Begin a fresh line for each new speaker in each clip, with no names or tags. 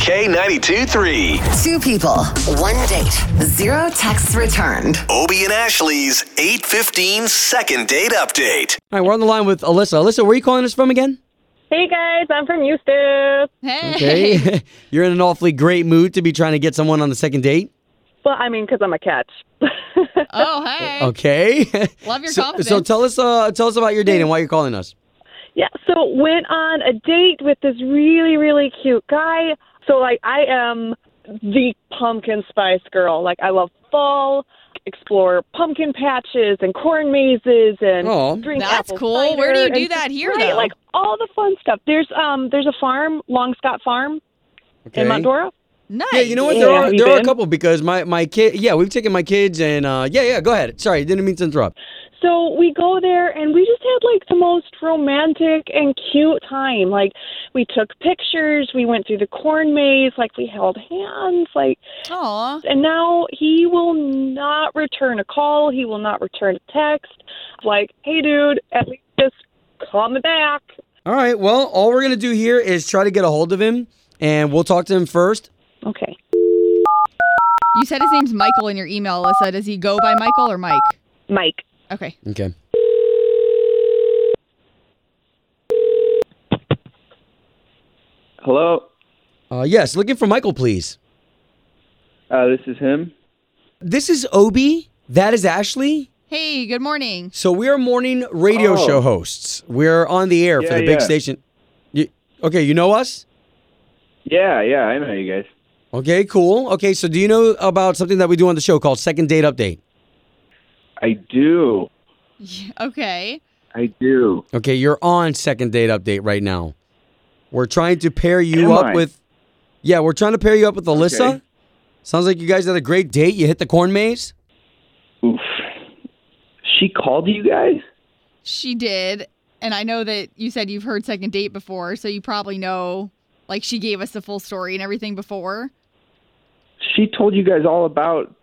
K92 3.
Two people, one date, zero texts returned.
Obie and Ashley's 815 second date update.
All right, we're on the line with Alyssa. Alyssa, where are you calling us from again?
Hey guys, I'm from Eustis.
Hey.
Okay. You're in an awfully great mood to be trying to get someone on the second date.
Well, I mean, 'cause I'm a catch.
Oh, hey.
Okay.
Love your
so,
confidence.
so tell us uh, tell us about your date and why you're calling us.
yeah, so went on a date with this really, really cute guy. So, like, I am the pumpkin spice girl. Like, I love fall, explore pumpkin patches and corn mazes and
Aw.
drink
That's
apple
cool. Where do you
cider
do
and-
that here,
Right,
though?
Like, all the fun stuff. There's um, there's a farm, Long Scott Farm
Okay.
in Mount Dora.
Nice.
Yeah, you know what? There
Yeah,
are
you
there are a
did.
couple because my my kid. Yeah, we've taken my kids and uh, yeah, yeah. Go ahead. Sorry, didn't mean to interrupt.
So we go there and we just had like the most romantic and cute time. Like we took pictures, we went through the corn maze, like we held hands, like
Aw.
and now he will not return a call, he will not return a text. Like, hey dude, at least just call me back.
All right. Well, all we're gonna do here is try to get a hold of him, and we'll talk to him first.
Okay.
You said his name's Michael in your email, Alyssa. Does he go by Michael or Mike?
Mike.
Okay.
Okay.
Hello,
Uh, yes, looking for Michael, please.
uh, this is him.
This is Obi. That is Ashley.
Hey, good morning.
So we are morning radio
Oh.
show hosts. We're on the air for
Yeah,
the big
yeah.
station. You, okay, you know us?
Yeah, yeah, I know you guys.
Okay, cool. Okay, so do you know about something that we do on the show called Second Date Update?
I do,
Yeah, Okay.
I do.
Okay, you're on Second Date Update right now. We're trying to pair you
Am
up
I?
with Yeah, we're trying to pair you up with Alyssa.
Okay.
Sounds like you guys had a great date. You hit the corn maze?
Oof. She called you guys?
She did. And I know that you said you've heard second date before, so you probably know, like, she gave us the full story and everything before.
She told you guys all about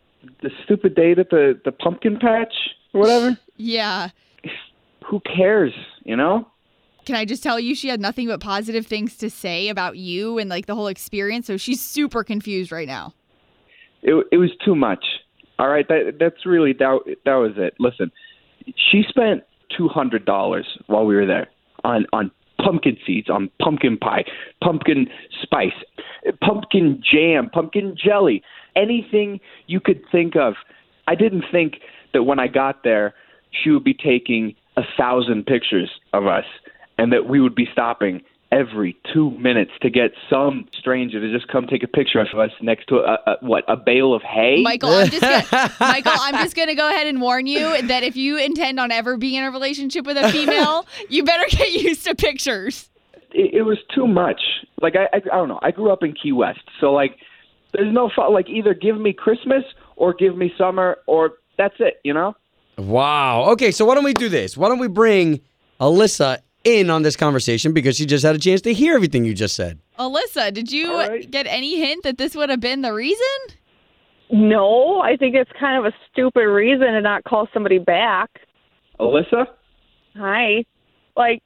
the stupid date at the the pumpkin patch or whatever.
Yeah.
Who cares? You know?
Can I just tell you, she had nothing but positive things to say about you and, like, the whole experience. So she's super confused right now.
It it was too much. All right, that that's really that that was it. Listen, she spent two hundred dollars while we were there on on pumpkin seeds, on pumpkin pie, pumpkin spice, pumpkin jam, pumpkin jelly, anything you could think of. I didn't think that when I got there, she would be taking a thousand pictures of us, and that we would be stopping every two minutes to get some stranger to just come take a picture of us next to a, a what a bale of hay.
Michael, I'm just gonna, Michael, I'm just gonna go ahead and warn you that if you intend on ever being in a relationship with a female, you better get used to pictures.
it, it was too much. Like I, I, I don't know. I grew up in Key West, so like, there's no fun. Like either give me Christmas or give me summer, or that's it. You know?
Wow. Okay, so why don't we do this? Why don't we bring Alyssa in on this conversation because she just had a chance to hear everything you just said.
Alyssa, did you
All right.
get any hint that this would have been the reason?
No, I think it's kind of a stupid reason to not call somebody back.
Alyssa,
Hi. Like,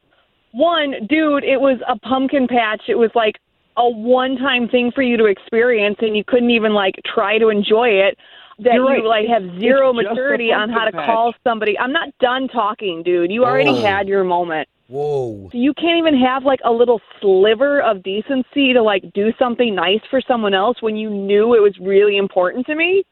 one, dude, it was a pumpkin patch. It was like a one time thing for you to experience, and you couldn't even, like, try to enjoy it. That
You're right.
you, like, have zero
It's just a
maturity on how to
pumpkin patch.
call somebody. I'm not done talking, dude. You already
Oh.
had your moment.
Whoa.
You can't even have, like, a little sliver of decency to, like, do something nice for someone else when you knew it was really important to me.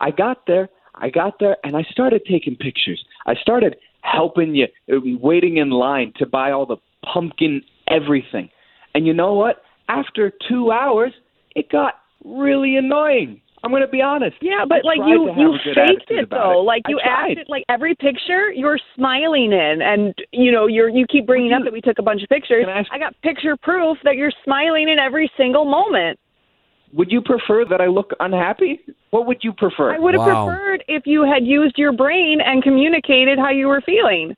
I got there. I got there, and I started taking pictures. I started helping you, uh, waiting in line to buy all the pumpkin everything. And you know what? After two hours, it got really annoying. I'm going to be honest.
Yeah, but
I
like
tried
you,
to have
you
a good
faked
attitude
it
about
though. Like
I
you
tried.
acted like every picture you're smiling in, and you know you're you keep bringing up
Well, you-
that we took a bunch of pictures.
Can I ask-
got picture proof that you're smiling in every single moment.
Would you prefer that I look unhappy? What would you prefer?
I would have
Wow.
preferred if you had used your brain and communicated how you were feeling.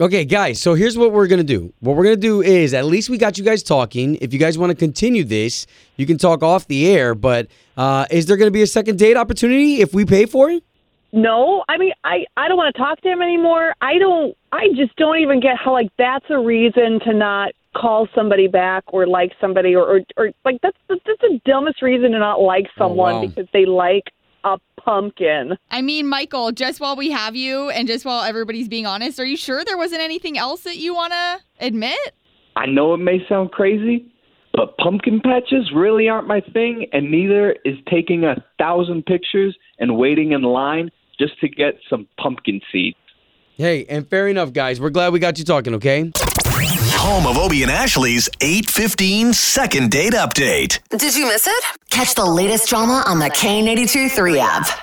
Okay, guys, so here's what we're going to do. What we're going to do is at least we got you guys talking. If you guys want to continue this, you can talk off the air, but uh, is there going to be a second date opportunity if we pay for it?
No, I mean I I don't want to talk to him anymore. I don't. I just don't even get how like that's a reason to not call somebody back or like somebody or or, or like that's that's a dumbest reason to not like someone
wow.
because they like a pumpkin.
I mean, Michael, just while we have you and just while everybody's being honest, are you sure there wasn't anything else that you want to admit?
I know it may sound crazy, but pumpkin patches really aren't my thing, and neither is taking a thousand pictures and waiting in line just to get some pumpkin seeds.
Hey, and fair enough, guys. We're glad we got you talking, okay?
Home of Obie and Ashley's 815 second date update.
Did you miss it? Catch the latest drama on the K82 3 app.